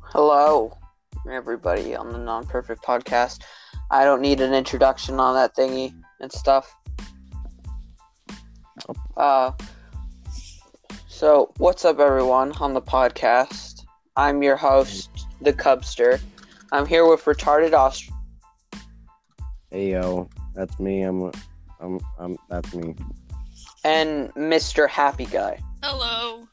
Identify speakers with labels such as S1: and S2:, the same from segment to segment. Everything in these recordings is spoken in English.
S1: Hello, everybody on the Non Perfect Podcast. I don't need an introduction on that thingy and stuff. Uh, so, what's up, everyone, on the podcast? I'm your host, the Cubster. I'm here with retarded Aust.
S2: Hey yo, that's me. I'm, I'm, I'm. That's me.
S1: and Mr. Happy Guy.
S3: Hello.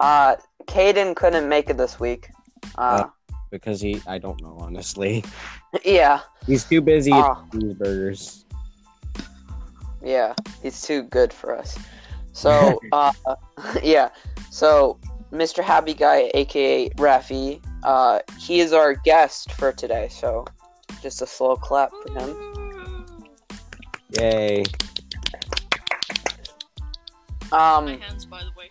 S1: Uh, Caden couldn't make it this week. Uh,
S2: Because he, I don't know honestly.
S1: yeah,
S2: He's too busy
S1: Ah.
S2: eating cheeseburgers.
S1: yeah, he's too good for us. So, uh, yeah, so Mr. Happy Guy, aka Rafi, uh, he is our guest for today. So, just a slow clap for him.
S2: Yay!
S3: My
S1: Um,
S3: hands, by the way.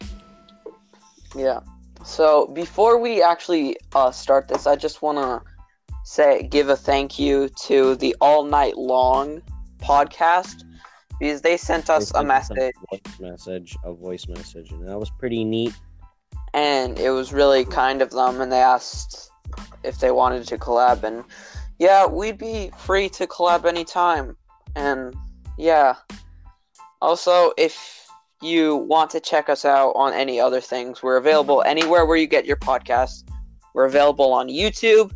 S1: yeah. So before we actually uh, start this, I just want to say give a thank you to the All Night Long podcast because they sent us
S2: They
S1: a
S2: sent us
S1: message.
S2: voice message, a voice message, and that was pretty neat.
S1: and it was really kind of them and they asked if they wanted to collab and yeah we'd be free to collab anytime and yeah also if you want to check us out on any other things we're available anywhere where you get your podcast we're available on youtube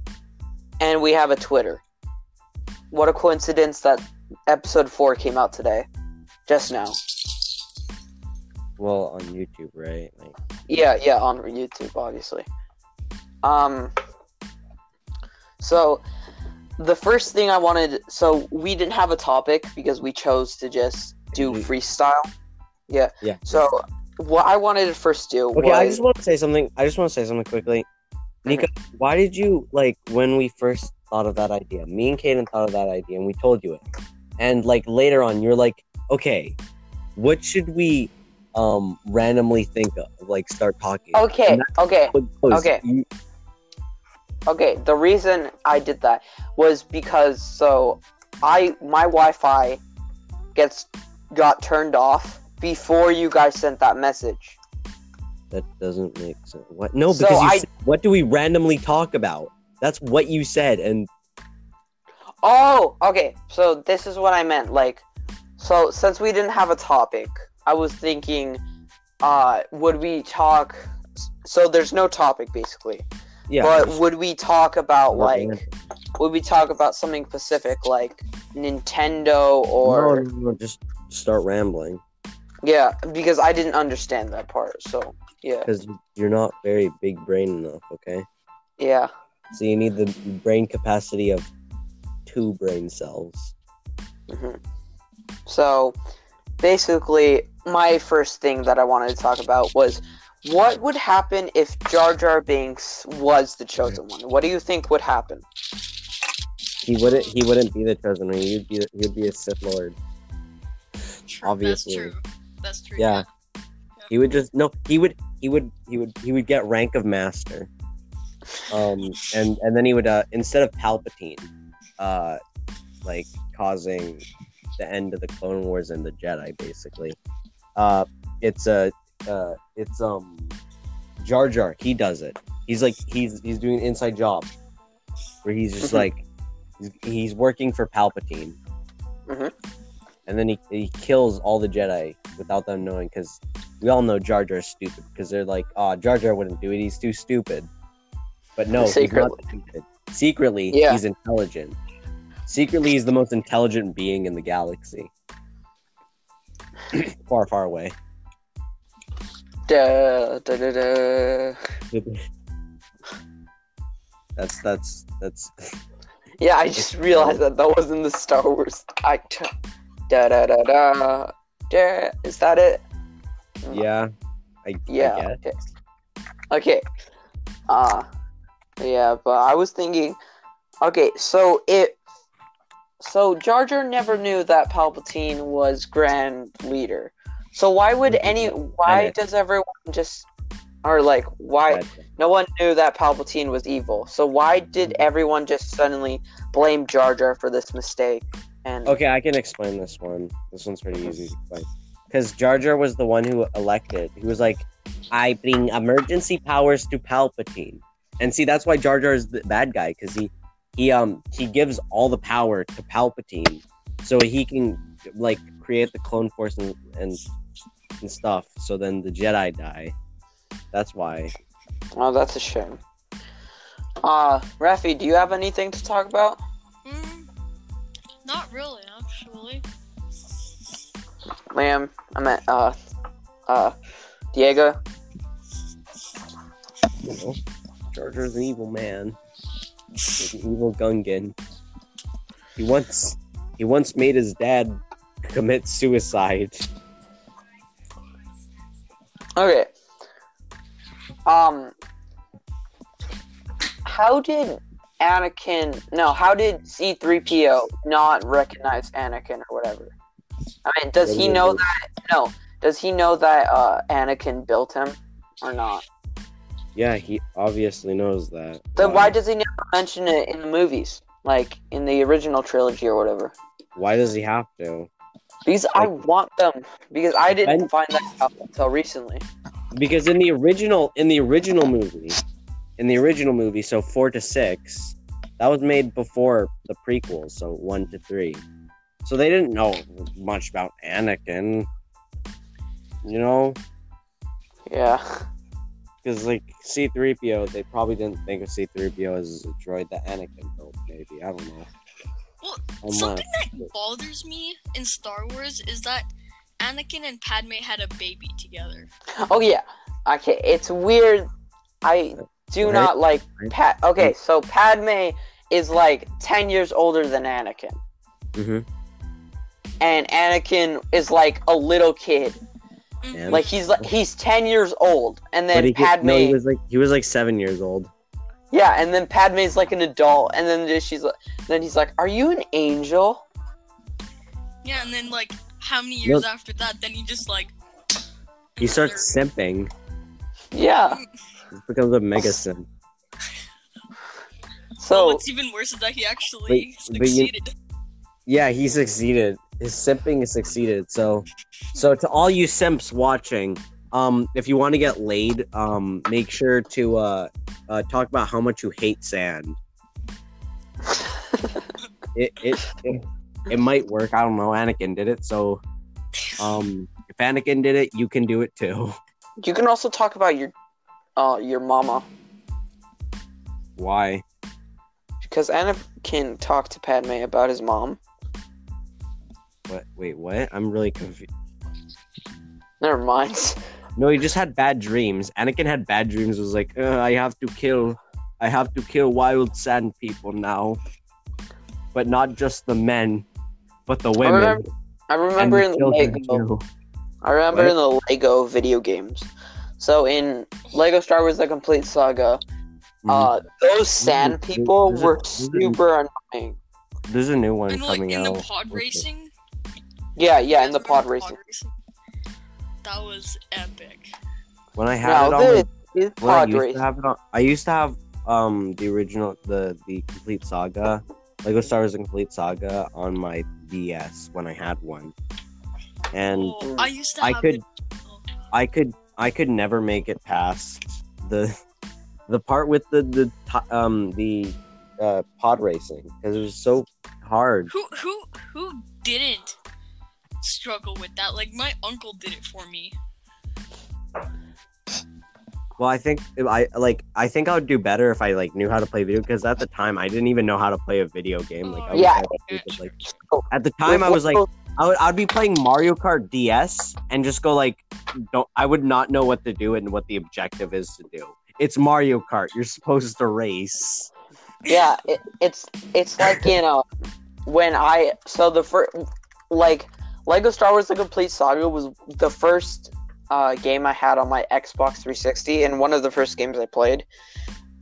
S1: and we have a twitter what a coincidence that episode 4 came out today just now
S2: Well, on YouTube, right? Like,
S1: Yeah, yeah, on YouTube, obviously. Um, so the first thing I wanted, so we didn't have a topic because we chose to just do
S2: Mhm.
S1: freestyle. Yeah.
S2: Yeah.
S1: So what I wanted to first do
S2: okay,
S1: was
S2: I just want to say something. I just want to say something quickly. Nico, why did you like when we first thought of that idea? Me and Kaden thought of that idea, and we told you it. And like later on, you're like, okay, what should we um randomly think of? Like, start talking.
S1: okay,
S2: And
S1: okay,
S2: that was-
S1: okay.
S2: you-
S1: okay. The reason I did that was because so I my Wi-Fi gets got turned off before you guys sent that message.
S2: That doesn't make sense. What? No,
S1: So
S2: because you
S1: I-
S2: said, what do we randomly talk about? That's what you said, and
S1: Oh, okay. So this is what I meant. Like, so since we didn't have a topic, I was thinking, uh, would we talk? So there's no topic basically,
S2: yeah.
S1: but would we talk about
S2: We're
S1: like,
S2: random.
S1: would we talk about something specific like Nintendo or
S2: No, no, no, just start rambling
S1: yeah? Because I didn't understand that part. So yeah,
S2: because you're not very big brain enough. Okay.
S1: yeah,
S2: So you need the brain capacity of two brain cells.
S1: hmm So basically, my first thing that I wanted to talk about was what would happen if Jar Jar Binks was the chosen one? What do you think would happen?
S2: He wouldn't. He wouldn't be the chosen one. He'd be. He'd be a Sith Lord.
S3: True.
S2: Obviously.
S3: That's true. That's true.
S2: Yeah. He would just no. He would. He would. He would. He would get rank of master. Um. And and then he would. Uh. Instead of Palpatine, uh, like causing the end of the Clone Wars and the Jedi, basically. Uh. It's a. Uh. It's um. Jar Jar. He does it. He's like. He's he's doing an inside job, where he's just
S1: Mhm.
S2: like. He's, he's working for Palpatine.
S1: Mhm.
S2: And then he, he kills all the Jedi without them knowing because we all know Jar Jar's stupid because they're like, oh, Jar Jar wouldn't do it. He's too stupid. But no,
S1: Secretly.
S2: he's not stupid. Secretly,
S1: Yeah.
S2: he's intelligent. Secretly, he's the most intelligent being in the galaxy. far, far away.
S1: Da, da, da, da.
S2: That's that's that's.
S1: Yeah, I just realized that that wasn't the Star Wars. I t- da da da da. da. Is that it?
S2: Yeah, I, I
S1: Yeah.
S2: guess.
S1: Okay. Okay. Uh yeah, but I was thinking okay, so it so Jar Jar never knew that Palpatine was Grand Leader. So why would any why
S2: Mm-hmm. Kinda.
S1: does everyone just or like why
S2: But
S1: no one knew that Palpatine was evil. So why did
S2: Mm-hmm.
S1: everyone just suddenly blame Jar Jar for this mistake? And
S2: Okay, I can explain this one. This one's pretty easy to explain. because Jar Jar was the one who elected. He was like, "I bring emergency powers to Palpatine," and see that's why Jar Jar is the bad guy because he he um he gives all the power to Palpatine so he can like create the clone force and and, and stuff. So then the Jedi die. That's why.
S1: Oh, that's a shame. Uh, Rafi, do you have anything to talk about?
S3: Mm, not really, actually.
S2: Oh
S1: Liam, I meant uh, uh, Diego.
S2: You know, Jar Jar's an evil man. He's an evil Gungan. He once he once made his dad commit suicide.
S1: Okay. Um, how did Anakin? No, how did C-3PO not recognize Anakin or whatever? I mean, does he know that? No, does he know that uh, Anakin built him or not?
S2: Yeah, he obviously knows that.
S1: Then why does he never mention it in the movies, like in the original trilogy or whatever?
S2: why does he have to?
S1: Because I want them. Because I didn't find that out until recently.
S2: Because in the original in the original movie, in the original movie, so four to six, that was made before the prequels, so one to three. So they didn't know much about Anakin. You know,
S1: Yeah.
S2: because like C-3PO, they probably didn't think of C-3PO as a droid that Anakin built. Maybe I don't know.
S3: Well,
S2: I'm
S3: Something
S2: not-
S3: that bothers me in Star Wars is that Anakin and Padme had a baby together.
S1: Oh yeah. Okay, it's weird. I do
S2: Right.
S1: not like
S2: Right. Mm.
S1: Pat. Okay, so Padme is like ten years older than Anakin,
S2: Mhm.
S1: and Anakin is like a little kid.
S3: Mm.
S2: And-
S1: Like he's like he's ten years old, and
S2: But
S1: then
S2: he,
S1: Padme.
S2: no, he was like he was like seven years old.
S1: Yeah, and then Padme's like an adult, and then she's like, then he's like, "Are you an angel?"
S3: Yeah, and then like how many years after that? Then he just like
S2: He starts simping.
S1: Yeah.
S2: He becomes a mega simp.
S3: So
S1: So
S3: Oh, what's even worse is that he actually
S2: But- but you-
S3: succeeded.
S2: Yeah, he succeeded. His simping succeeded. So, so to all you simps watching, um, if you want to get laid, um, make sure to uh, uh, talk about how much you hate sand. it, it it it might work. I don't know. Anakin did it, so um, if Anakin did it, you can do it too.
S1: you can also talk about your, uh, your mama
S2: Why?
S1: because Anakin talked to Padme about his mom.
S2: What? Wait, what? I'm really confused.
S1: Never mind.
S2: No, he just had bad dreams. Anakin had bad dreams. Was like, "Uh, I have to kill, I have to kill wild sand people now, but not just the men, but the women.
S1: remember- I
S2: and
S1: remember in the
S2: children
S1: Lego.
S2: too."
S1: I remember
S2: What?
S1: in the Lego video games. So in Lego Star Wars: The Complete Saga,
S2: Mm-hmm. Mm,
S1: uh, those sand
S2: There's a-
S1: people
S2: there's a-
S1: were
S2: there's a-
S1: super annoying.
S2: There's a new one
S3: And like
S2: coming
S3: in
S2: out.
S3: the pod
S2: Okay.
S3: racing.
S1: Yeah, yeah, in the pod
S3: Remember
S1: racing.
S3: racing? That was epic.
S2: When I had
S1: No,
S2: it on,
S1: this is
S2: when I
S1: pod
S2: used to
S1: racing.
S2: have it on, I used to have um the original, the the complete saga, Lego Star Wars: The Complete Saga on my DS when I had one, and
S3: Oh, I used to
S2: I
S3: have
S2: could
S3: it.
S2: I could I could never make it past the the part with the the t- um the uh, pod racing because it was so hard.
S3: Who who who didn't struggle with that? Like my uncle did it for me.
S2: Well, I think if I like I think I would do better if I like knew how to play video because at the time I didn't even know how to play a video game. Like I was
S1: Yeah.
S2: kinda stupid, like, at the time I was like I would I'd be playing Mario Kart DS and just go like don't I would not know what to do and what the objective is to do. It's Mario Kart. You're supposed to race.
S1: yeah it, it's it's like you know when i so the first like lego star wars the complete saga was the first uh, game i had on my xbox 360 and one of the first games i played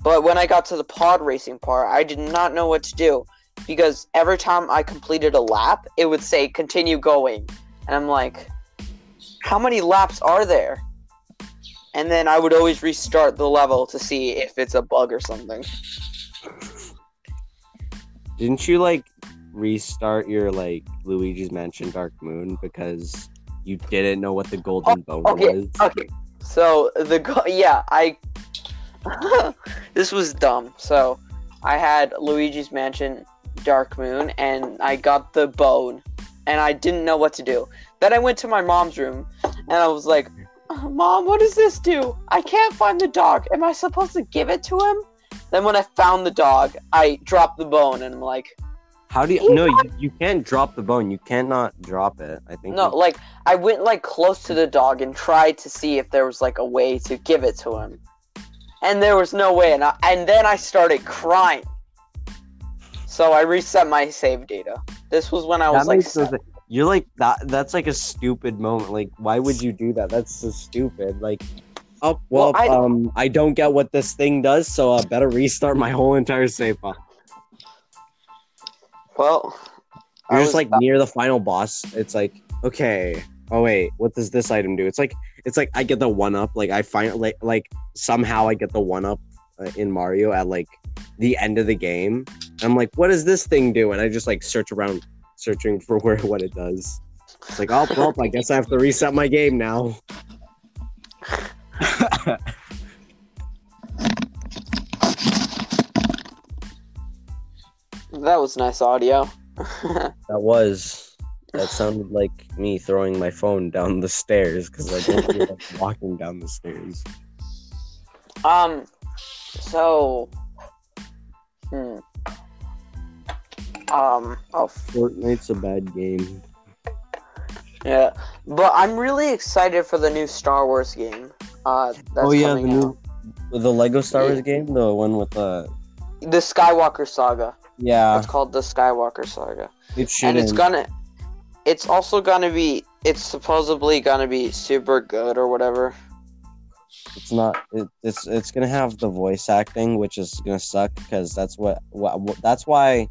S1: but when i got to the pod racing part i did not know what to do because every time i completed a lap it would say continue going and i'm like how many laps are there and then i would always restart the level to see if it's a bug or something
S2: Didn't you like restart your like Luigi's Mansion Dark Moon because You didn't know what the golden bone
S1: Oh, okay, Uh,
S2: was.
S1: Okay. So the go- yeah, I this was dumb. So I had Luigi's Mansion Dark Moon and I got the bone and I didn't know what to do. Then I went to my mom's room and I was like, "Uh, "Mom, what does this do? I can't find the dog. Am I supposed to give it to him?" Then when I found the dog, I dropped the bone and I'm like,
S2: How do you? No, you, you can't drop the bone. You cannot drop it. I think.
S1: No,
S2: you-
S1: like I went like close to the dog and tried to see if there was like a way to give it to him, and there was no way. And I, and then I started crying. So I reset my save data. This was when I was
S2: that
S1: like,
S2: makes no sense. You're like that. That's like a stupid moment. Like, why would you do that? That's so stupid. Like, oh
S1: Well,
S2: well,
S1: I-
S2: um, I don't get what this thing does, so I better restart my whole entire save file.
S1: seven. well, I
S2: You're just
S1: was
S2: like near the final boss. It's like, okay, oh wait, what does this item do? It's like, it's like I get the one up. Like I find like like somehow I get the one up uh, in Mario at like the end of the game. I'm like, what does this thing do? And I just like search around, searching for where what it does. It's like, oh well, I guess I have to reset my game now.
S1: that was nice audio.
S2: That was. That sounded like me throwing my phone down the stairs because I don't feel like walking down the stairs.
S1: Um, so, hmm. Um, oh
S2: Fortnite's a bad game.
S1: yeah, but I'm really excited for the new Star Wars game. Uh, that's
S2: oh yeah, the
S1: coming out.
S2: new the Lego Star
S1: Yeah.
S2: Wars game, the one with the
S1: the Skywalker Saga.
S2: yeah,
S1: it's called the Skywalker Saga,
S2: it should
S1: and it's gonna. It's also gonna be. It's supposedly gonna be super good or whatever.
S2: it's not it, it's it's gonna have the voice acting, which is gonna suck because that's what, what, what that's why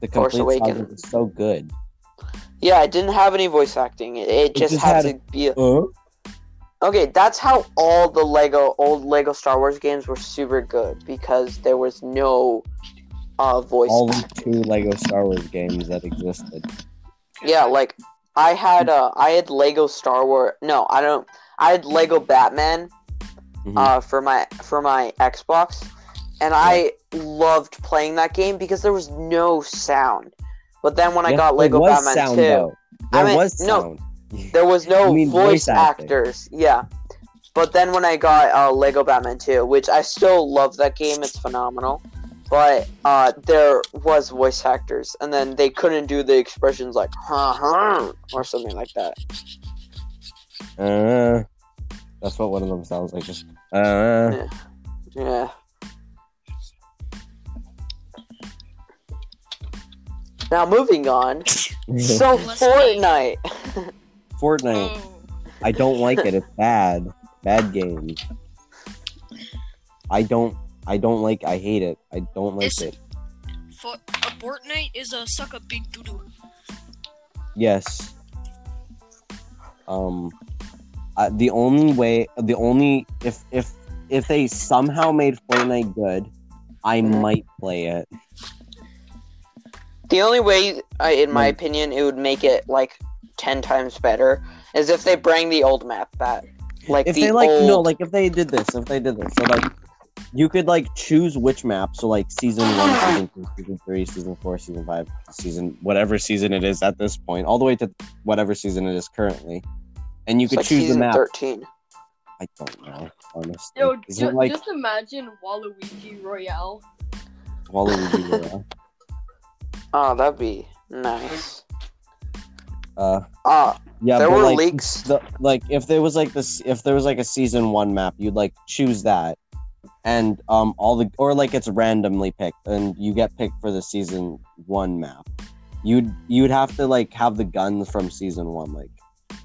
S2: the
S1: Force
S2: complete saga
S1: Awakens.
S2: is so good.
S1: Yeah, it didn't have any voice acting. It, it just
S2: just
S1: had,
S2: had-
S1: to be.
S2: Uh,
S1: Okay, that's how all the Lego old Lego Star Wars games were super good because there was no uh voice.
S2: all the two Lego Star Wars games that existed.
S1: Yeah, like I had uh I had Lego Star Wars. No, I don't. I had Lego Batman
S2: Mhm.
S1: uh for my for my Xbox, and I loved playing that game because there was no sound. But then when I
S2: Yeah,
S1: got
S2: there
S1: Lego
S2: was
S1: Batman
S2: sound,
S1: 2,
S2: though. There
S1: I mean,
S2: was
S1: no.
S2: sound.
S1: there was no
S2: You mean
S1: voice
S2: voice acting.
S1: actors. Yeah. But then when I got uh, Lego Batman 2, which I still love that game, it's phenomenal. But uh, there was voice actors, and then they couldn't do the expressions like "huh huh" or something like that.
S2: Uh, that's what one of them sounds like. Just uh,
S1: Yeah. Now moving on. So
S3: Let's-
S1: Fortnite.
S2: Fortnite.
S3: Oh,
S2: I don't like it. It's bad. Bad game. I don't. I don't like. I hate it. I don't like
S3: It's-
S2: it.
S3: for, a Fortnite is a suck a big doo doo.
S2: Yes. Um, I, the only way, the only if if if they somehow made Fortnite good, I
S1: Mhm.
S2: might play it.
S1: The only way, I in my
S2: Yeah.
S1: opinion, it would make it like ten times better is if they bring the old map back. Like
S2: if
S1: the
S2: they like
S1: old,
S2: no like if they did this if they did this so like you could like choose which map so like season one season two season three season four season five season whatever season it is at this point all the way to whatever season it is currently and you
S1: it's
S2: could
S1: like
S2: choose the
S1: season
S2: map
S1: thirteen.
S2: i don't know honestly
S4: Yo,
S2: is
S4: ju-
S2: it like
S4: just imagine Waluigi Royale.
S2: Waluigi Royale?
S1: Oh, that'd be nice.
S2: uh
S1: Uh
S2: yeah
S1: there
S2: but,
S1: were
S2: like,
S1: leaks.
S2: the like if there was like this if there was like a season one map you'd like choose that and um all the or like it's randomly picked and you get picked for the season one map you'd you'd have to like have the guns from season one like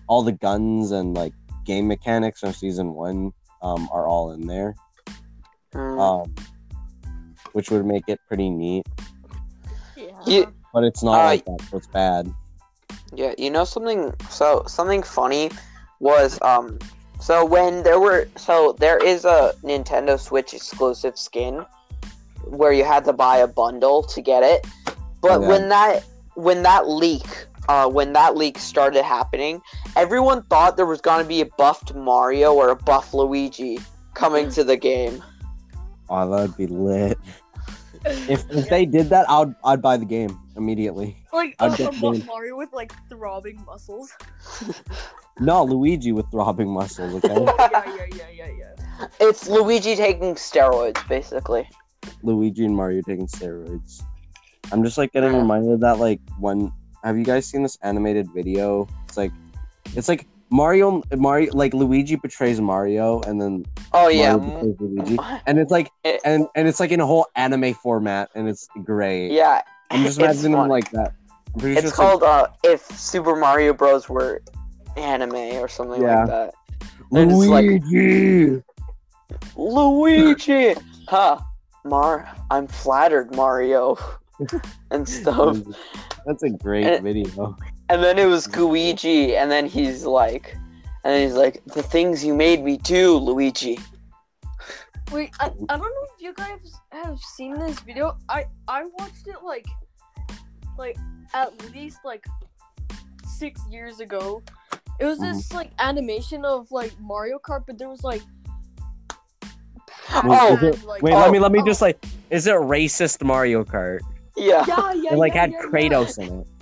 S2: all the guns and like game mechanics from season one um are all in there
S1: Mm.
S2: um which would make it pretty neat
S4: Yeah.
S1: You-
S2: but it's not
S1: Uh,
S2: like that so it's bad
S1: Yeah, you know something. So something funny was um. So when there were so there is a Nintendo Switch exclusive skin where you had to buy a bundle to get it, but
S2: Okay.
S1: when that when that leak uh when that leak started happening, everyone thought there was gonna be a buffed Mario or a buff Luigi coming to the game.
S2: Oh, that'd be lit. If if they did that, I'd I'd buy the game immediately.
S4: Like
S2: I'd
S4: a,
S2: get
S4: a buff
S2: one.
S4: Mario with like throbbing muscles.
S2: No, Luigi with throbbing muscles. Okay,
S4: yeah, yeah, yeah, yeah, yeah.
S1: It's Luigi taking steroids, basically.
S2: Luigi and Mario taking steroids. I'm just like getting reminded of that. Like one, have you guys seen this animated video? It's like, it's like Mario, Mario, like Luigi betrays Mario, and then
S1: Oh
S2: Mario
S1: yeah.
S2: betrays Luigi,
S1: Mm.
S2: and it's like,
S1: It-
S2: and and it's like in a whole anime format, and it's great.
S1: Yeah.
S2: I'm just
S1: it's
S2: imagining them
S1: fun.
S2: like that. I'm pretty sure
S1: It's called uh, if Super Mario Bros were anime or something
S2: Yeah.
S1: like that.
S2: like,
S1: it's like-
S2: Luigi.
S1: Luigi, huh? Mar, I'm flattered, Mario, and stuff.
S2: That's a great
S1: And-
S2: video.
S1: And then it was Luigi, and then he's like, and then he's like, the things you made me do, Luigi.
S4: Wait, I, I don't know if you guys have seen this video. I I watched it like like at least like six years ago. It was this like animation of like Mario Kart, but there was like
S1: Oh,
S2: is
S4: like,
S2: Wait,
S1: Oh.
S2: let me let me just like is it racist Mario Kart?
S1: Yeah,
S4: yeah, yeah,
S2: It like
S4: yeah,
S2: had
S4: yeah,
S2: Kratos in it.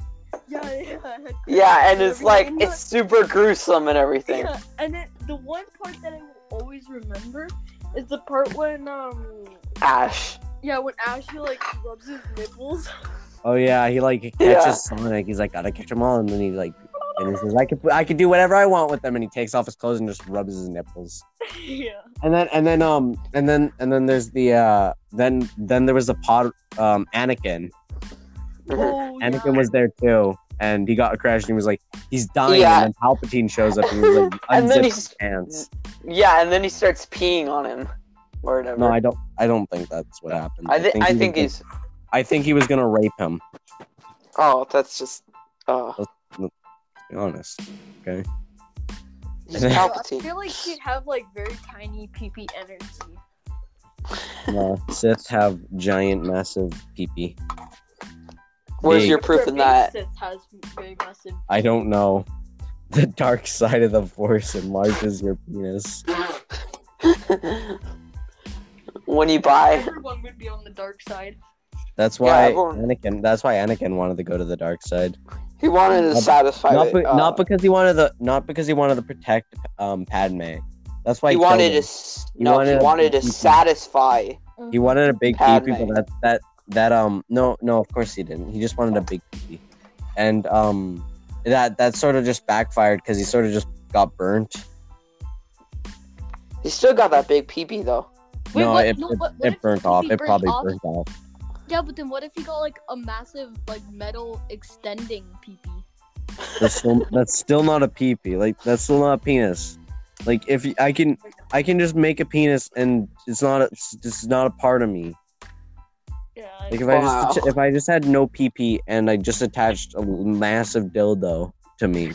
S4: Yeah, yeah, yeah, I had
S1: yeah,
S4: Kratos
S1: and it's
S4: everything.
S1: like
S4: And,
S1: it's super gruesome and everything.
S4: Yeah, and then the one part that I will always remember is the part when um
S1: Ash,
S4: yeah when Ashley like rubs his nipples.
S2: Oh yeah, he like catches
S1: Yeah.
S2: Sonic. He's like, gotta catch them all, and then he like, and he says, I could I could do whatever I want with them, and he takes off his clothes and just rubs his nipples.
S4: yeah.
S2: And then and then um and then and then there's the uh then then there was the pod um Anakin.
S1: Oh, Mhm.
S4: Oh,
S2: Anakin
S4: yeah.
S2: was there too, and he got crashed and he was like, he's dying,
S1: Yeah.
S2: and then Palpatine shows up and he's like,
S1: And then
S2: unzips
S1: he's-
S2: his pants.
S1: yeah, and then he starts peeing on him, or whatever.
S2: No, I don't. I don't think that's what happened.
S1: I, thi- I
S2: he was
S1: think
S2: gonna-
S1: he's.
S2: I think he was gonna rape him.
S1: Oh, that's just. Oh,
S2: To be honest.
S1: he's
S2: Yeah,
S4: I
S1: Palpatine.
S4: feel like she'd have like very tiny PP energy.
S2: Uh, Sith have giant, massive peepee.
S1: Where's
S2: big.
S1: your proof in
S4: Her
S1: that?
S4: basis has very massive.
S2: I don't know. The dark side of the force enlarges your penis.
S1: when you buy,
S4: Everyone would be on the dark side.
S2: That's why
S1: everyone-
S2: Anakin. That's why Anakin wanted to go to the dark side.
S1: he wanted to
S2: Not-
S1: satisfy.
S2: Not,
S1: the-
S2: be-
S1: uh,
S2: not because he wanted the. Not because he wanted to protect um, Padme. That's why
S1: he
S2: he, killed
S1: wanted
S2: him.
S1: to. s-
S2: He
S1: No,
S2: wanted
S1: he
S2: a-
S1: wanted to
S2: he-
S1: satisfy.
S4: Mm.
S2: He wanted a big
S1: Padme.
S2: peepee, but that that that um no no of course he didn't. He just wanted a big peepee, and um that that sort of just backfired because he sort of just got burnt.
S1: He still got that big PP though.
S4: Wait,
S2: no,
S4: what?
S2: it,
S4: No,
S2: it,
S4: what- what
S2: it
S4: if
S2: burnt
S4: he
S2: off. It
S4: burnt
S2: probably
S4: off?
S2: burnt off.
S4: Yeah, but then what if he got like a massive like metal extending PP?
S2: That's still, that's still not a peepee. Like that's still not a penis. Like if y- I can I can just make a penis and it's not a, it's just not a part of me.
S4: Yeah.
S2: Like if I just
S1: Wow.
S2: if I just had no peepee and I just attached a massive dildo to me,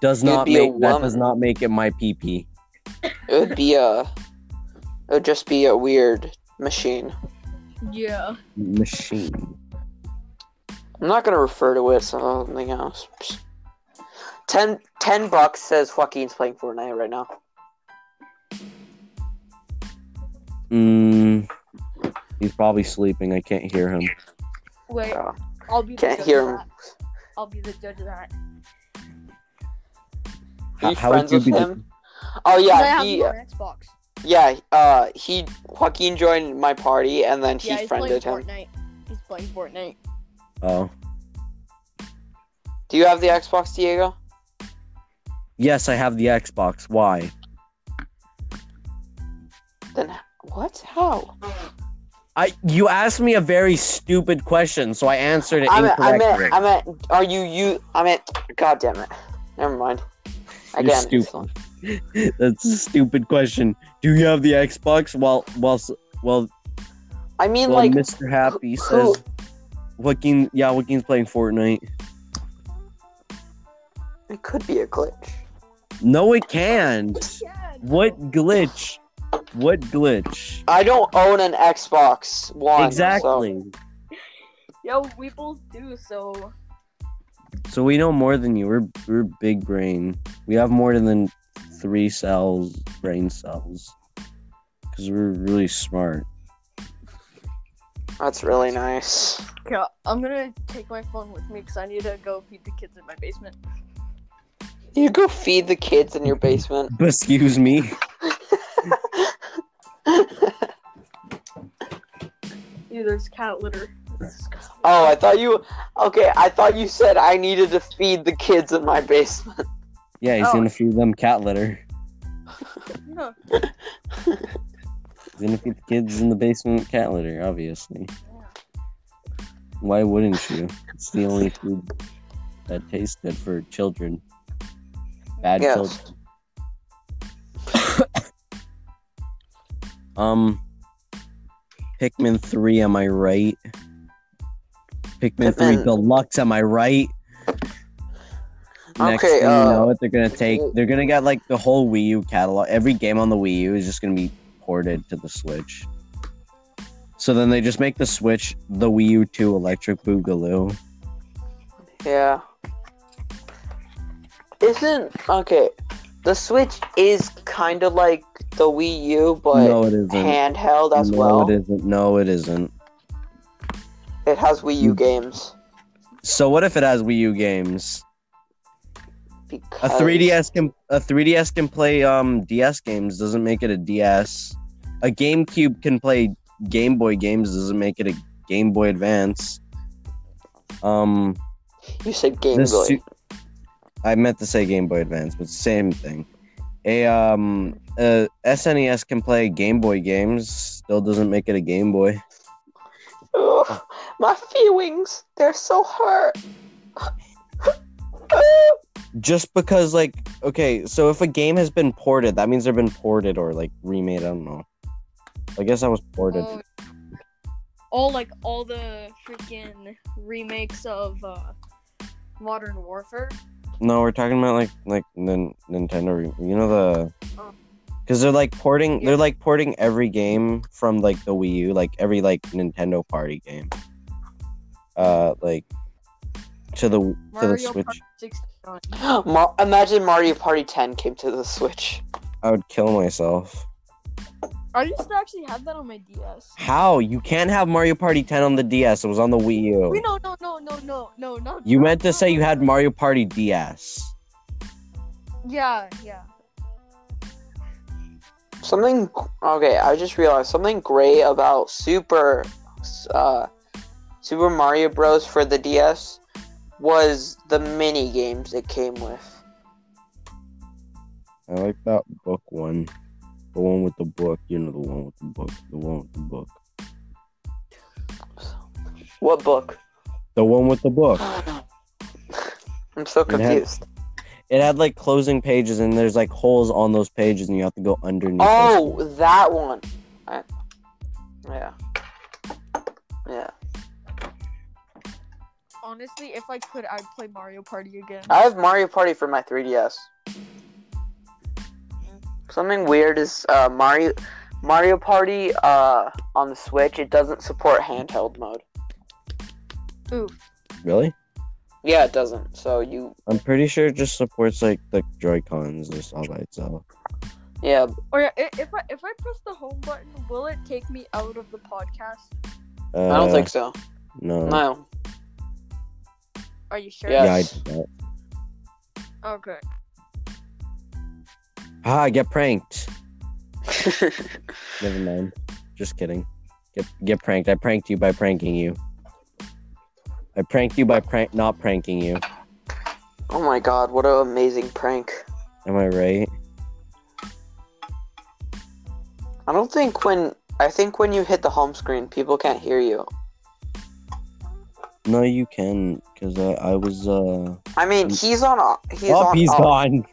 S2: does
S1: You'd
S2: not
S1: be a
S2: make that does
S1: woman.
S2: not make it my peepee.
S1: It would be a. It would just be a weird machine.
S4: yeah.
S2: machine.
S1: I'm not gonna refer to it as something else. Psst. Ten, ten bucks says Joaquin's playing Fortnite right now.
S2: Mm, he's probably sleeping. I can't hear him.
S4: Wait,
S1: Yeah.
S4: I'll be the
S1: Can't
S4: judge
S1: hear
S4: of
S1: him.
S4: that. I'll be the judge of that.
S1: Are
S2: How-
S1: you
S2: how would
S1: friends
S2: you
S1: with
S2: be the-
S1: him? Oh
S4: I
S1: yeah,
S4: have
S1: he
S4: him on Xbox.
S1: yeah uh he Joaquin joined my party and then he
S4: yeah, he's playing
S1: friended him.
S4: Fortnite. He's playing Fortnite.
S2: Oh,
S1: Do you have the Xbox, Diego?
S2: yes, I have the Xbox. Why?
S1: Then h- what? How?
S2: I you asked me a very stupid question, so I answered it
S1: I meant, I
S2: incorrectly.
S1: meant, I meant, are you you? I meant, god damn it. Never mind. Again, it's
S2: stupid.
S1: fine.
S2: That's a stupid question. Do you have the Xbox? Well, well, s- well,
S1: I mean,
S2: well
S1: like,
S2: Mr. Happy
S1: who-
S2: says Joaquin. Yeah, Joaquin's playing Fortnite.
S1: it could be a glitch.
S2: No, it can't.
S4: Yeah.
S2: What glitch? What glitch?
S1: I don't own an Xbox One. Oh, so-
S2: Exactly.
S4: Yo, we both do so.
S2: So we know more than you. We're we're big brain. We have more than three cells, brain cells, because we're really smart.
S1: That's really nice.
S4: Okay, I'm gonna take my phone with me because I need to go feed the kids in my basement.
S1: You go feed the kids in your basement.
S2: Excuse me.
S4: Ew, there's cat litter. It's disgusting.
S1: Oh, I thought you. Okay, I thought you said I needed to feed the kids in my basement.
S2: Yeah, he's
S4: Oh.
S2: gonna feed them cat litter.
S4: Yeah.
S2: He's gonna feed the kids in the basement cat litter, obviously. Why wouldn't you? It's the only food that tastes good for children. Bad
S1: Yes.
S2: children. um, Pikmin three, am I right? Pikmin, three
S1: Pikmin-
S2: deluxe, am I right? Next
S1: Okay,
S2: thing
S1: uh,
S2: you know what they're gonna take? They're gonna get like the whole Wii U catalog. Every game on the Wii U is just gonna be ported to the Switch. So then they just make the Switch the Wii U two Electric Boogaloo.
S1: Yeah. Isn't okay? The Switch is kind of like the Wii U, but
S2: no, it isn't.
S1: handheld as
S2: no,
S1: well.
S2: it
S1: It,
S2: isn't. No, it isn't.
S1: has Wii U games.
S2: So what if it has Wii U games?
S1: Because
S2: A 3DS can a 3DS can play um DS games. Doesn't make it a DS. A GameCube can play Game Boy games. Doesn't make it a Game Boy Advance. Um.
S1: You said Game
S2: This
S1: Boy.
S2: su- I meant to say Game Boy Advance, but same thing. A um a SNES can play Game Boy games, still doesn't make it a Game Boy.
S1: Ugh, my feelings, they're so hurt.
S2: Just because like okay, so if a game has been ported, that means they've been ported or like remade, I don't know. I guess I was ported.
S3: Oh, all like all the freaking remakes of uh
S4: Modern Warfare.
S2: No, we're talking about like like nin- Nintendo, re- you know the
S4: Oh.
S2: cuz they're like porting
S4: Yeah.
S2: they're like porting every game from like the Wii U, like every like Nintendo party game. Uh like to the to the
S4: Mario
S2: Switch.
S4: Party 69.
S1: Mar- Imagine Mario Party 10 came to the Switch.
S2: I would kill myself.
S4: I used to actually have that on my DS.
S2: How? You can't have Mario Party 10 on the DS. It was on the Wii U.
S4: Wait, no, no, no, no, no, no, not.
S2: Oh. You
S4: no,
S2: meant
S4: no.
S2: to say you had Mario Party DS.
S4: Yeah, yeah.
S1: Something okay. I just realized something great about Super uh, Super Mario Bros. for the DS was the mini games it came with.
S2: I like that book one. The one with the book. You know the one with the book. The one with the book.
S1: What book?
S2: The one with the book.
S1: I'm so
S2: It had-
S1: confused.
S2: It had like closing pages and there's like holes on those pages and you have to go underneath. those.
S1: Oh, that one. I, yeah. Yeah.
S4: Honestly, if I could, I'd play Mario Party again.
S1: I have Mario Party for my 3DS. Something weird is uh, Mario Mario Party uh, on the Switch. It doesn't support handheld mode.
S4: Ooh,
S2: Really?
S1: Yeah, it doesn't. So you
S2: I'm pretty sure it just supports like the Joy Cons just all by itself.
S1: yeah.
S4: or yeah, i- if I if I press the home button, will it take me out of the podcast?
S2: Uh,
S1: I don't think so.
S2: No.
S1: No.
S4: Are you sure?
S1: Yeah.
S2: Yeah, I
S1: Yes.
S2: did that.
S4: Okay.
S2: Ah, I get pranked. Never mind. Just kidding. Get get pranked. I pranked you by pranking you. I pranked you by prank not pranking you.
S1: oh my god! What an amazing prank.
S2: Am I right?
S1: I don't think when I think when you hit the home screen, people can't hear you.
S2: No, you can, cause I, I was uh.
S1: I mean, he's on. au- He's
S2: oh,
S1: on.
S2: he's
S1: au-
S2: gone.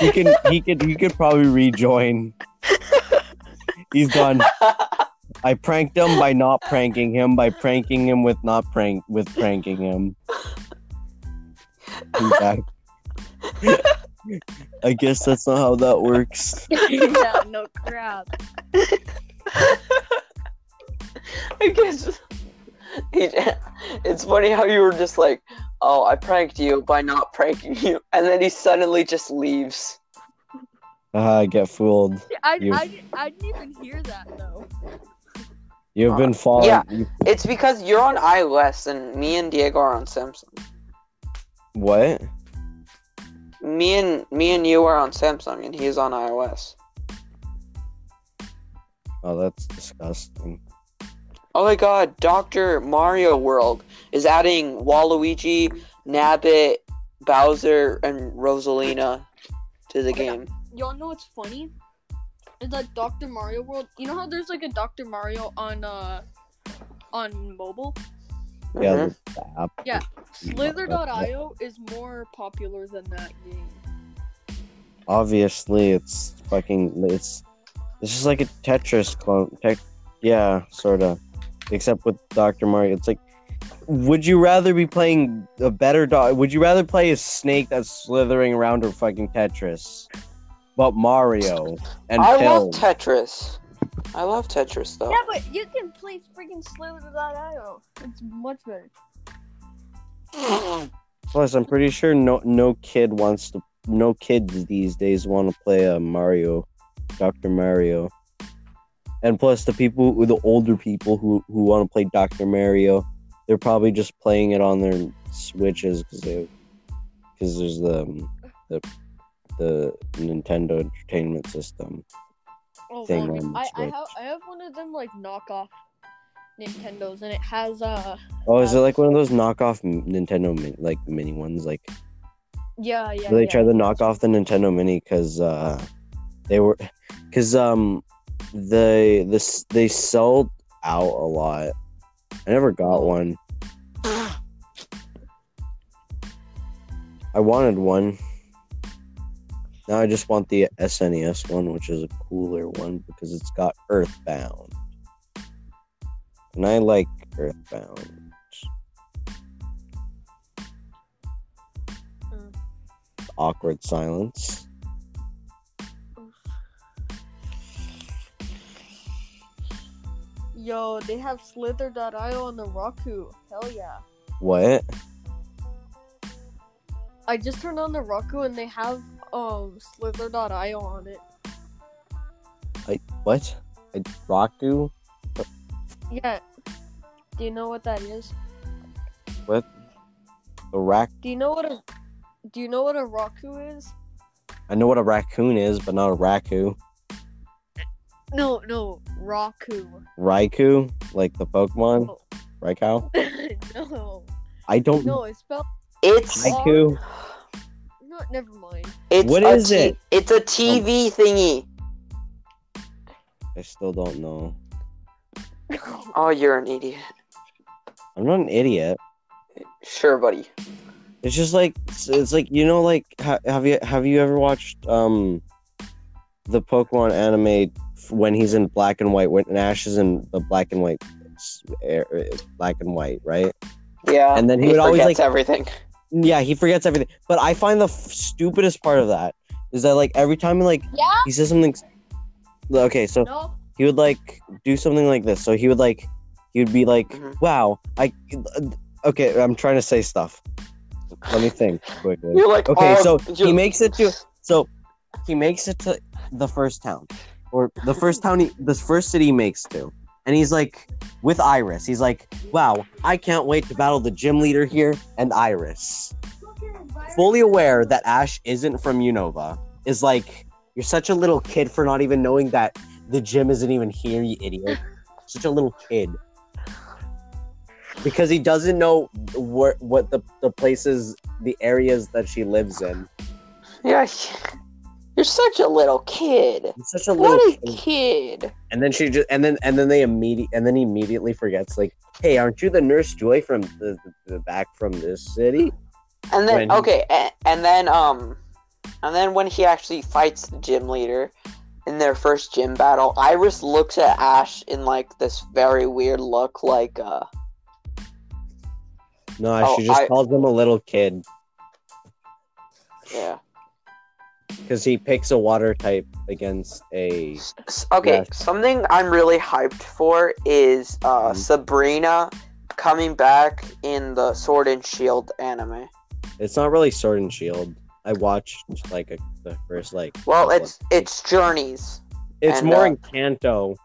S2: he can he could he could probably rejoin. He's gone. I pranked him by not pranking him by pranking him with not prank with pranking him. He's back. I guess that's not how that works.
S4: yeah. No crap.
S1: I guess. He, it's funny how you were just like, "Oh, I pranked you by not pranking you," and then he suddenly just leaves.
S2: Ah, get fooled.
S4: I,
S2: You-
S4: I, I didn't even hear that though.
S2: You've been falling.
S1: yeah.
S2: you-
S1: It's because you're on iOS and me and Diego are on Samsung.
S2: what?
S1: Me and me and you are on Samsung and he's on iOS.
S2: Oh, that's disgusting.
S1: Oh my god, Dr. Mario World is adding Waluigi, Nabbit, Bowser, and Rosalina to the game.
S4: Y'all know what's funny? Is that Dr. Mario World? You know how there's like a Dr. Mario on uh on mobile?
S2: Yeah,
S1: Mhm.
S2: the- the app.
S4: Yeah. Slither.io is more popular than that game.
S2: Obviously, it's fucking. It's it's just like a Tetris clone. Tech, yeah, sort of. Except with Dr. Mario, it's like. Would you rather be playing a better dog? Would you rather play a snake that's slithering around or fucking Tetris? But Mario and
S1: I
S2: Phil.
S1: love Tetris. I love Tetris though.
S4: Yeah, but you can play freaking Slither.io. It's much better.
S2: Plus, I'm pretty sure no no kid wants to no kids these days want to play a Mario, Doctor Mario. And plus, the people the older people who who want to play Doctor Mario, they're probably just playing it on their switches because they because there's the um, the the Nintendo Entertainment System.
S4: Oh,
S2: thing
S4: well,
S2: on the
S4: I, I
S2: Switch.
S4: have I have one of them like knockoff Nintendos, and it has uh
S2: Oh, is it like one of those knockoff Nintendo min- like mini ones? Like
S4: yeah yeah.
S2: they
S4: yeah.
S2: tried to knock off the Nintendo Mini because uh, they were because um they this they sold out a lot. I never got
S4: Oh.
S2: one. I wanted one. Now I just want the SNES one, which is a cooler one because it's got Earthbound, and I like Earthbound.
S4: Mm.
S2: Awkward silence.
S4: Yo, they have Slither.io on the Roku. Hell yeah.
S2: What?
S4: I just turned on the Roku and they have um Slither.io on it.
S2: What? I, Raku?
S4: Yeah. Do you know what that is?
S2: What? A rac?
S4: Do you know what a Do you know what a Roku is?
S2: I know what a raccoon is, but not a raku.
S4: No, no, Roku.
S2: Raikou, like the Pokemon. Raikou.
S4: no,
S2: I don't.
S4: no, it's spelled.
S1: It's
S2: Raikou.
S4: No, never mind.
S1: it's
S2: What
S1: a
S2: is
S1: t-
S2: it? Oh.
S1: It's a TV thingy.
S2: I still don't know.
S1: Oh, you're an idiot.
S2: I'm not an idiot.
S1: Sure, buddy.
S2: It's just like it's, it's like you know like ha- have you have you ever watched um the Pokemon anime f- when he's in black and white when Ash is in the black and white s- air- uh, black and white right
S1: Yeah.
S2: And then he would always,
S1: forgets
S2: like-
S1: everything.
S2: yeah he forgets everything but I find the f- stupidest part of that is that like every time like
S4: Yeah.
S2: he says something s- okay so
S4: No.
S2: he would like do something like this. So he would like he would be like,
S1: Mhm.
S2: "Wow, I okay, I'm trying to say stuff. Let me think quickly."
S1: You're like
S2: okay,
S1: oh,
S2: so he
S1: you're-
S2: makes it to so he makes it to the first town or the first town he, the first city he makes to, and he's like with Iris. He's like, "Wow, I can't wait to battle the gym leader here and Iris." Fully aware that Ash isn't from Unova, is like, "You're such a little kid for not even knowing that the gym isn't even here, you idiot." Such a little kid. Because he doesn't know what what the, the places, the areas that she lives in.
S1: Yeah. You're such a little kid.
S2: He's such a little
S1: What a
S2: kid.
S1: kid.
S2: and then she just and then and then they immediate and then he immediately forgets like hey aren't you the nurse joy from the, the, the back from this city
S1: And then
S2: When-
S1: okay, and, and then um, and then when he actually fights the gym leader in their first gym battle, Iris looks at Ash in like this very weird look, like uh,
S2: no
S1: Oh,
S2: she just
S1: I-
S2: calls him a little kid
S1: yeah.
S2: because he picks a water type against a
S1: S- Okay, something I'm really hyped for is uh,
S2: Mhm.
S1: Sabrina coming back in the Sword and Shield anime.
S2: It's not really Sword and Shield. I watched like a, the first like.
S1: Well,
S2: couple
S1: it's it's Journeys.
S2: it's
S1: and,
S2: more
S1: uh,
S2: in Kanto.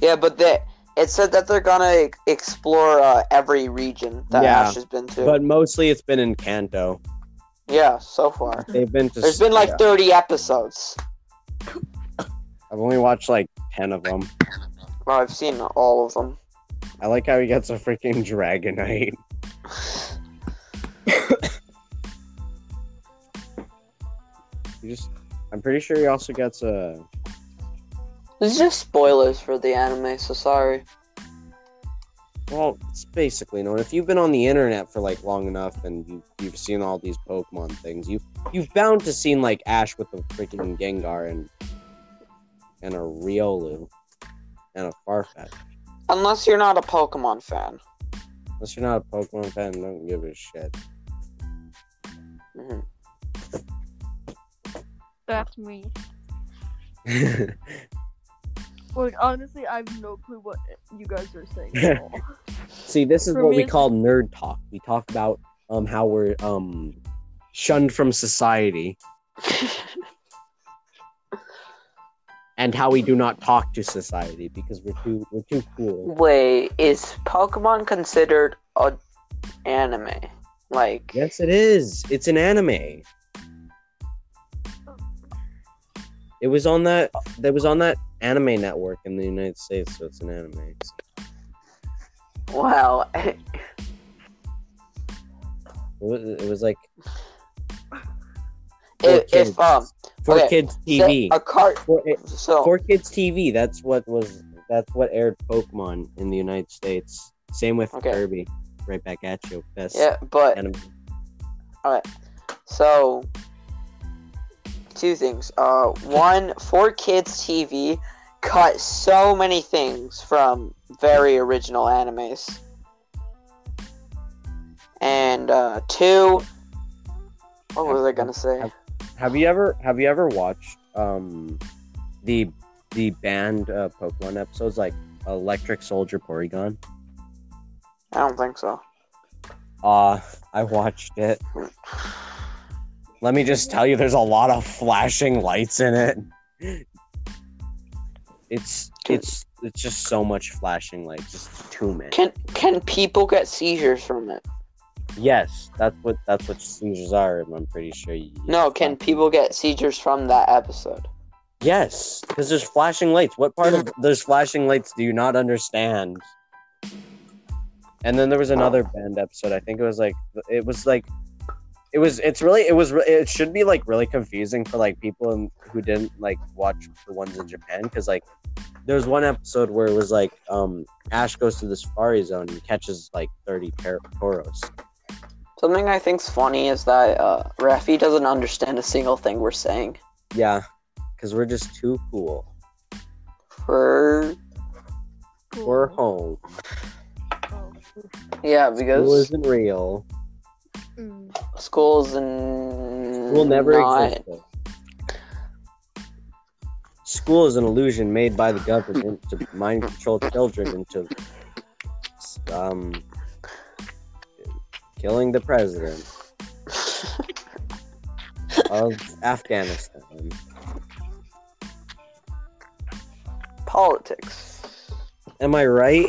S1: Yeah, but they it said that they're gonna e- explore uh, every region that
S2: Yeah,
S1: Ash has been to.
S2: but mostly it's been in Kanto.
S1: yeah, so far
S2: They've been to.
S1: there's been like
S2: yeah,
S1: thirty episodes.
S2: I've only watched like ten of them.
S1: Well, I've seen all of them.
S2: I like how he gets a freaking Dragonite. He just, I'm pretty sure he also gets a.
S1: These are just spoilers for the anime, so sorry.
S2: Well, it's basically known. If you've been on the internet for like long enough and you, you've seen all these Pokemon things, you've you've bound to seen like Ash with the freaking Gengar and and a Riolu and a Farfetch.
S1: Unless you're not a Pokemon fan.
S2: Unless you're not a Pokemon fan, don't give a shit. Mm-hmm.
S1: Mhm.
S4: That's me. Like honestly, I have no clue what you guys are saying. At all.
S2: See, this is
S4: For
S2: what
S4: me,
S2: we
S4: it's-
S2: call nerd talk. We talk about um how we're um shunned from society and how we do not talk to society because we're too we're too cool.
S1: Wait, is Pokemon considered a anime? Like,
S2: Yes, it is. It's an anime. It was on that. That was on that anime network in the United States, so it's an anime.
S1: wow.
S2: It was, it was like
S1: if,
S2: kids.
S1: if um,
S2: for
S1: Okay,
S2: kids
S1: say
S2: TV.
S1: a cart,
S2: For, it,
S1: so
S2: for eh, kids TV. That's what was. That's what aired Pokemon in the United States. Same with
S1: Okay.
S2: Kirby. Right back at you. Best
S1: yeah, but
S2: anime.
S1: So, two things. Uh, one for kids TV cut so many things from very original animes, and uh, two. What was I gonna say?
S2: Have you ever Have you ever watched um the the banned uh, Pokemon episodes like Electric Soldier Porygon?
S1: I don't think so.
S2: Uh, I watched it. Let me just tell you, there's a lot of flashing lights in it. It's it's it's just so much flashing lights, just too many.
S1: Can can people get seizures from it?
S2: Yes, that's what that's what seizures are. I'm pretty sure. You,
S1: No, can people get seizures from that episode?
S2: Yes, because there's flashing lights. What part of those flashing lights do you not understand? And then there was another band episode. I think it was like it was like it was. It's really it was. re- It should be like really confusing for like people in, who didn't like watch the ones in Japan because like there's one episode where it was like um Ash goes to the Safari Zone and catches like 30 tar- toros.
S1: Something I think's funny is that uh, Rafi doesn't understand a single thing we're saying.
S2: Yeah, because we're just too cool.
S1: For
S2: We're home.
S4: Oh,
S1: yeah,
S2: It
S1: because
S2: isn't real.
S4: mm.
S1: schools and
S2: Will never
S1: not-
S2: exist. School is an illusion made by the government to mind control children into um killing the president of Afghanistan.
S1: Politics.
S2: Am I right?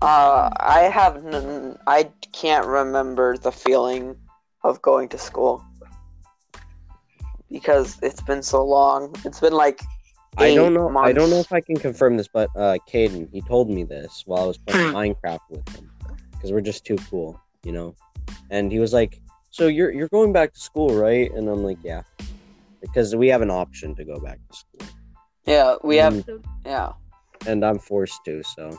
S1: Uh, I have n- I can't remember the feeling of going to school because it's been so long. It's been like
S2: I don't
S1: eight
S2: know. I don't know
S1: months.
S2: if I can confirm this, but uh, Caden he told me this while I was
S1: Hmm.
S2: playing Minecraft with him because we're just too cool, you know. And he was like, "So you're you're going back to school, right?" And I'm like, "Yeah," because we have an option to go back to school,
S1: Yeah, we
S2: Mm.
S1: have.
S4: So-
S1: Yeah,
S2: and I'm forced to. So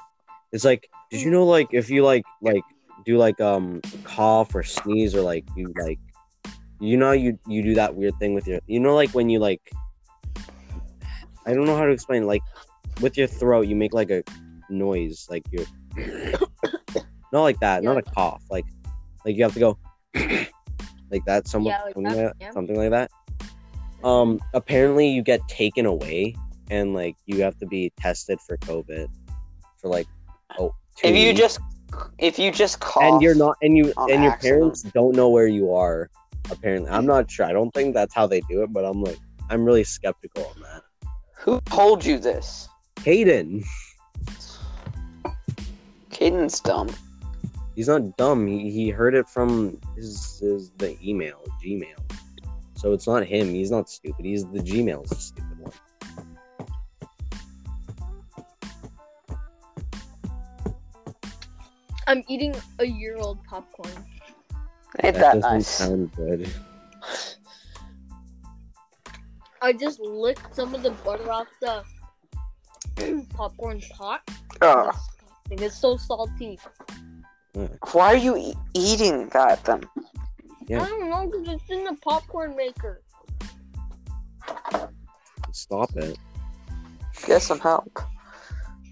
S2: it's like, did
S3: Mm.
S2: you know, like if you like like do like um cough or sneeze or like you like you know you you do that weird thing with your you know like when you like I don't know how to explain like with your throat you make like a noise like you're not like that not a cough like like you have to go like that somewhat
S3: Yeah, like
S2: something,
S3: that,
S2: like,
S3: yeah.
S2: something like that um apparently you get taken away and like you have to be tested for covid for like
S1: If you
S2: Two.
S1: just if you just cough
S2: and you're not and you
S1: on
S2: and your
S1: accident.
S2: parents don't know where you are apparently i'm not sure i don't think that's how they do it but i'm like i'm really skeptical on that
S1: Who told you this?
S2: Caden,
S1: Caden's dumb.
S2: he's not dumb. He, he heard it from his, his the email, Gmail. So it's not him. He's not stupid. He's the Gmail's the stupid one.
S4: I'm eating a year old popcorn.
S1: Ain't that,
S2: doesn't
S1: nice?
S2: sound good.
S4: I just licked some of the butter off the popcorn pot.
S1: Ugh.
S4: And it's so salty.
S1: Why are you e- eating that then?
S2: Yeah.
S4: I don't know because it's in the popcorn maker.
S2: Stop it.
S1: Get some help.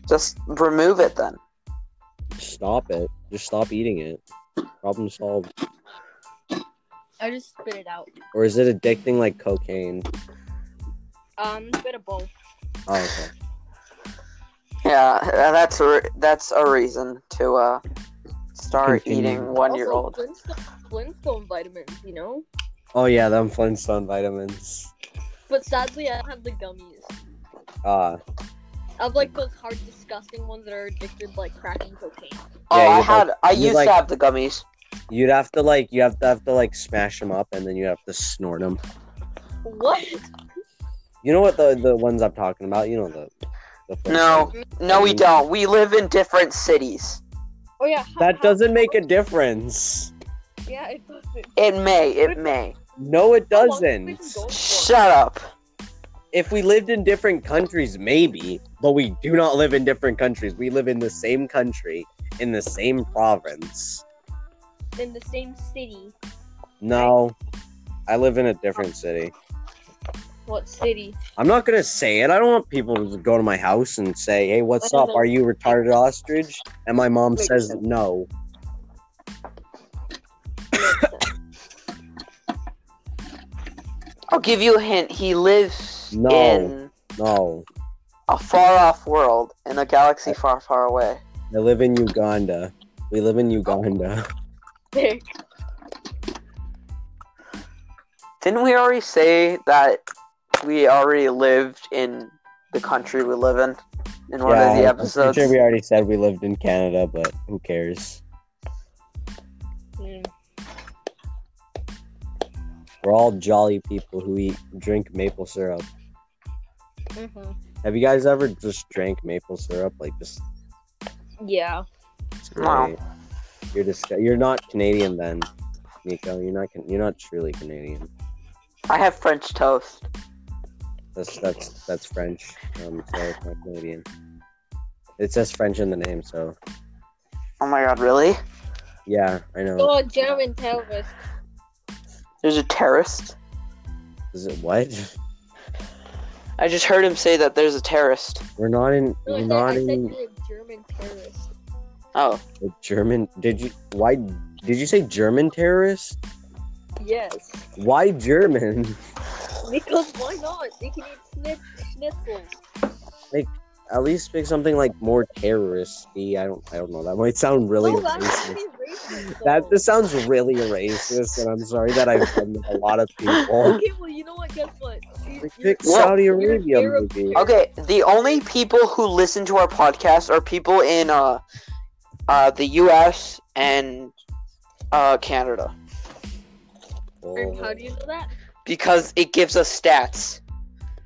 S1: Just remove it then.
S2: Stop it. Just stop eating it. Problem solved.
S4: I just spit it out.
S2: Or is it addicting like cocaine?
S4: Um, spit a bowl.
S2: Oh, okay.
S1: Yeah, uh, that's a re- that's a reason to uh start
S2: Continue.
S1: eating one year
S4: Also,
S1: old.
S4: Flintstone, Flintstone vitamins, you know?
S2: Oh yeah, them Flintstone vitamins.
S4: But sadly, I don't have the gummies.
S2: Ah,
S4: I have like those hard, disgusting ones that are addicted like crack and cocaine.
S1: Oh,
S2: Yeah,
S1: I
S2: you
S1: had I
S2: you
S1: used
S2: like-
S1: to have the gummies.
S2: you'd have to like you have to have to like smash them up and then you have to snort them.
S4: What?
S2: You know what the the ones I'm talking about? You know the. the Flintstone-
S1: No, no, we
S2: Mhm.
S1: don't. We live in different cities.
S4: Oh yeah. how-
S2: That
S4: how-
S2: doesn't make a difference.
S4: Yeah, it doesn't.
S1: It may, it may.
S2: No, it
S4: How long have we
S2: doesn't.
S4: been going for?
S1: Shut up.
S2: If we lived in different countries, maybe, but we do not live in different countries. We live in the same country, in the same province.
S4: In the same city.
S2: No, I live in a different city.
S4: What city?
S2: I'm not gonna say it. I don't want people to go to my house and say, "Hey, what's up? Are you retarded ostrich?" And my mom
S4: Wait.
S2: says, "No."
S1: I'll give you a hint. He lives
S2: No.
S1: in
S2: No,
S1: a far off world in a galaxy far, far away.
S2: I live in Uganda. We live in Uganda.
S4: There.
S1: Didn't we already say that we already lived in the country we live in in one of the
S2: I'm- I'm pretty
S1: episodes?
S2: sure we already said we lived in Canada, but who cares?
S4: Mm.
S2: We're all jolly people who eat drink maple syrup.
S4: Mhm.
S2: Have you guys ever just drank maple syrup? Like just
S4: Yeah.
S1: No.
S2: straight? You're just you're not Canadian then, Nico. You're not Can- you're not truly Canadian.
S1: I have French toast.
S2: That's that's that's French. Um, so it's not Canadian. It says French in the name, so
S1: Oh my god, really?
S2: yeah, I know.
S4: Oh, German terrorist.
S1: There's a terrorist?
S2: Is it what?
S1: I just heard him say that there's a terrorist.
S2: We're not in.
S4: No, I
S2: We're
S4: said,
S2: not
S4: I said
S2: in
S4: you're a German terrorist.
S1: Oh,
S2: a German. Did you? Why did you say German terrorist?
S4: Yes.
S2: Why German?
S4: Because why not? They can eat snit- schnitzels.
S2: At least pick something like more terroristy. I don't. I don't know. That might sound really
S4: no, that's
S2: racist.
S4: pretty racist.
S2: That
S4: though.
S2: this sounds really racist, and I'm sorry that I've offended a lot of people.
S4: Okay, well, you know what? Guess what? You-
S2: Like,
S4: you're-
S2: pick Saudi
S4: you're
S2: Arabia
S4: Europe-
S2: movie.
S1: okay. The only people who listen to our podcast are people in uh, uh, the U.S. and uh, Canada
S4: Um, How do you know that?
S1: because it gives us stats.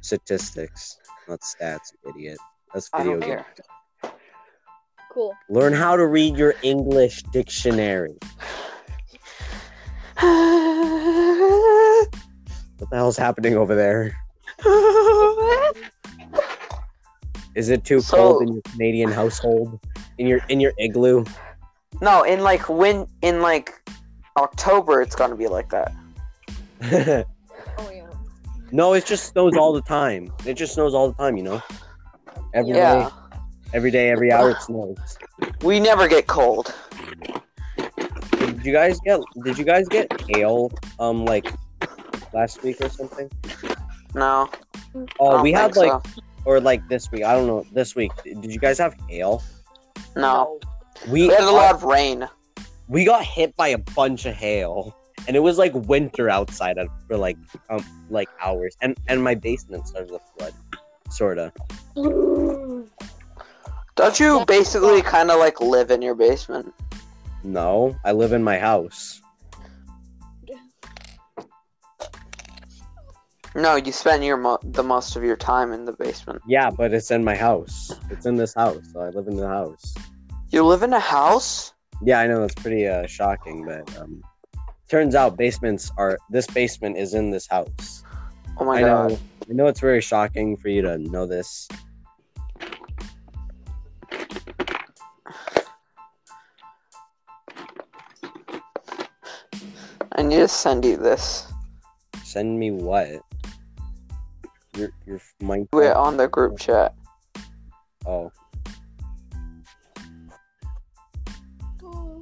S2: Statistics, not stats, you idiot. That's
S1: I
S2: video
S1: don't
S2: game.
S1: care.
S4: Cool.
S2: Learn how to read your English dictionary. What the hell's happening over there? Is it too
S1: So-
S2: cold in your Canadian household? In your in your igloo?
S1: no, in like when in like October, it's gonna be like that.
S4: Oh yeah.
S2: No, it just snows all the time. It just snows all the time, you know. Every day,
S1: Yeah,
S2: every day, every hour it snows.
S1: we never get cold.
S2: Did you guys get? Did you guys get hail? Um, like last week or something?
S1: No. I
S2: Oh,
S1: don't
S2: we had
S1: think
S2: like,
S1: so.
S2: or like this week. I don't know. This week, did you guys have hail?
S1: No,
S2: We
S1: we had a
S2: are-
S1: lot of rain.
S2: we got hit by a bunch of hail and it was like winter outside of- for like um like hours and and my basement started to flood sorta
S1: Don't you basically kind of like live in your basement?
S2: no i live in my house
S1: No, you spend your mo- the most of your time in the basement.
S2: yeah but it's in my house it's in this house so i live in the house
S1: You live in a house?
S2: yeah i know that's pretty uh, shocking but um turns out basements are this basement is in this house
S1: Oh my
S2: i
S1: god.
S2: know i know it's very shocking for you to know this
S1: I need to send you this.
S2: send me what your your mic
S1: We're on the group chat.
S2: oh
S4: Oh,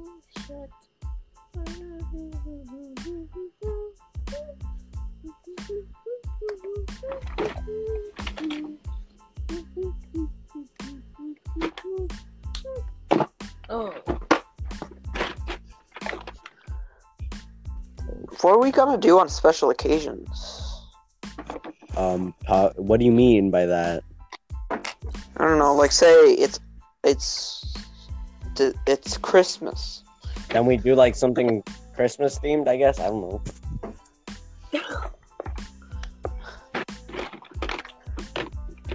S4: Oh.
S1: What are we gonna do on special occasions?
S2: Um, po- what do you mean by that?
S1: I don't know. Like, say it's it's d- it's Christmas.
S2: Can we do like something Christmas themed? I guess I don't know.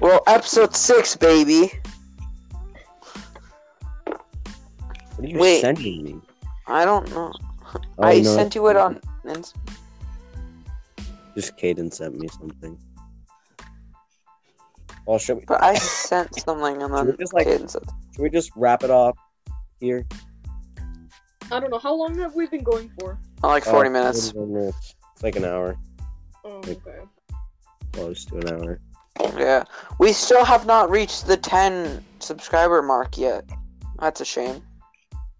S1: Well, episode six, baby.
S2: What are you
S1: Wait.
S2: sending me?
S1: I don't know.
S2: Oh,
S1: I
S2: no,
S1: sent you it on. Ins-
S2: Just Caden sent me something. Well, should we,
S1: But I sent something and
S2: Should we
S1: then uh,
S2: just, like-
S1: Caden said,
S2: should we just wrap it up here?
S4: I don't know. How long have we been going for?
S1: oh, like 40
S2: Uh,
S1: minutes.
S2: 41 minutes. It's like an hour,
S4: Oh, okay.
S2: close to an hour.
S1: Yeah. We still have not reached the 10 subscriber mark yet. That's a shame.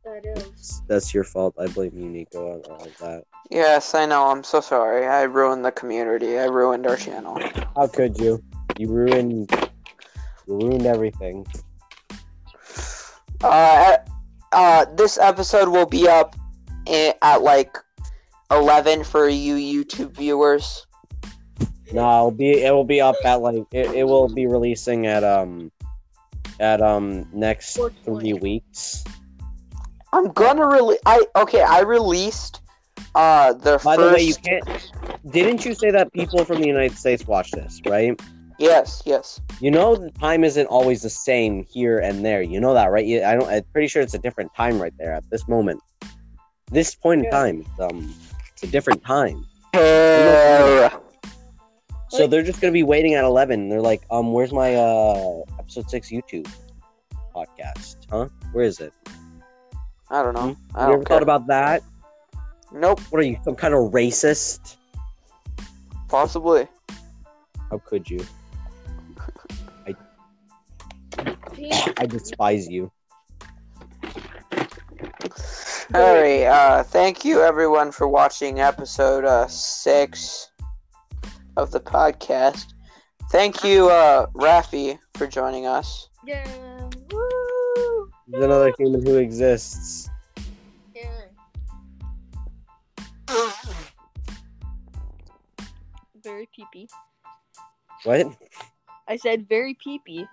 S4: That is.
S2: That's your fault. I blame you, Nico, on all of that.
S1: Yes, I know. I'm so sorry. I ruined the community. I ruined our channel.
S2: How could you? You ruined, you ruined everything.
S1: Uh, uh, this episode will be up i- at like 11 for you YouTube viewers.
S2: No, it'll be it will be up at like it, it will be releasing at um at um next three
S4: 420.
S2: weeks.
S1: I'm gonna release. I okay. I released uh the
S2: By
S1: first.
S2: the way, you can't. Didn't you say that people from the United States watch this, right?
S1: Yes, yes.
S2: You know, the time isn't always the same here and there. You know that, right? You- I don't. I'm pretty sure it's a different time right there at this moment, this point in
S4: Yeah.
S2: time. It's, um, it's a different time.
S1: Uh,
S2: So they're just gonna be waiting at eleven. They're like, um, where's my uh episode six YouTube podcast? Huh? Where is it?
S1: I don't know. I
S2: Hmm? you ever
S1: don't care.
S2: thought about that?
S1: nope.
S2: What are you, some kind of racist?
S1: Possibly.
S2: How could you? I I despise you.
S1: Alright, uh, thank you everyone for watching episode uh, six of the podcast. Thank you, uh, Rafi, for joining us.
S4: Yeah. Woo!
S2: There's another human who exists.
S4: Yeah.
S3: Very peepee.
S2: What?
S3: I said very peepee.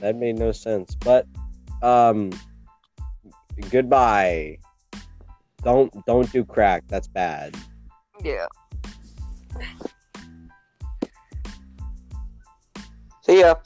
S2: That made no sense. But um goodbye. Don't don't do crack. That's bad.
S3: Yeah.
S1: See ya.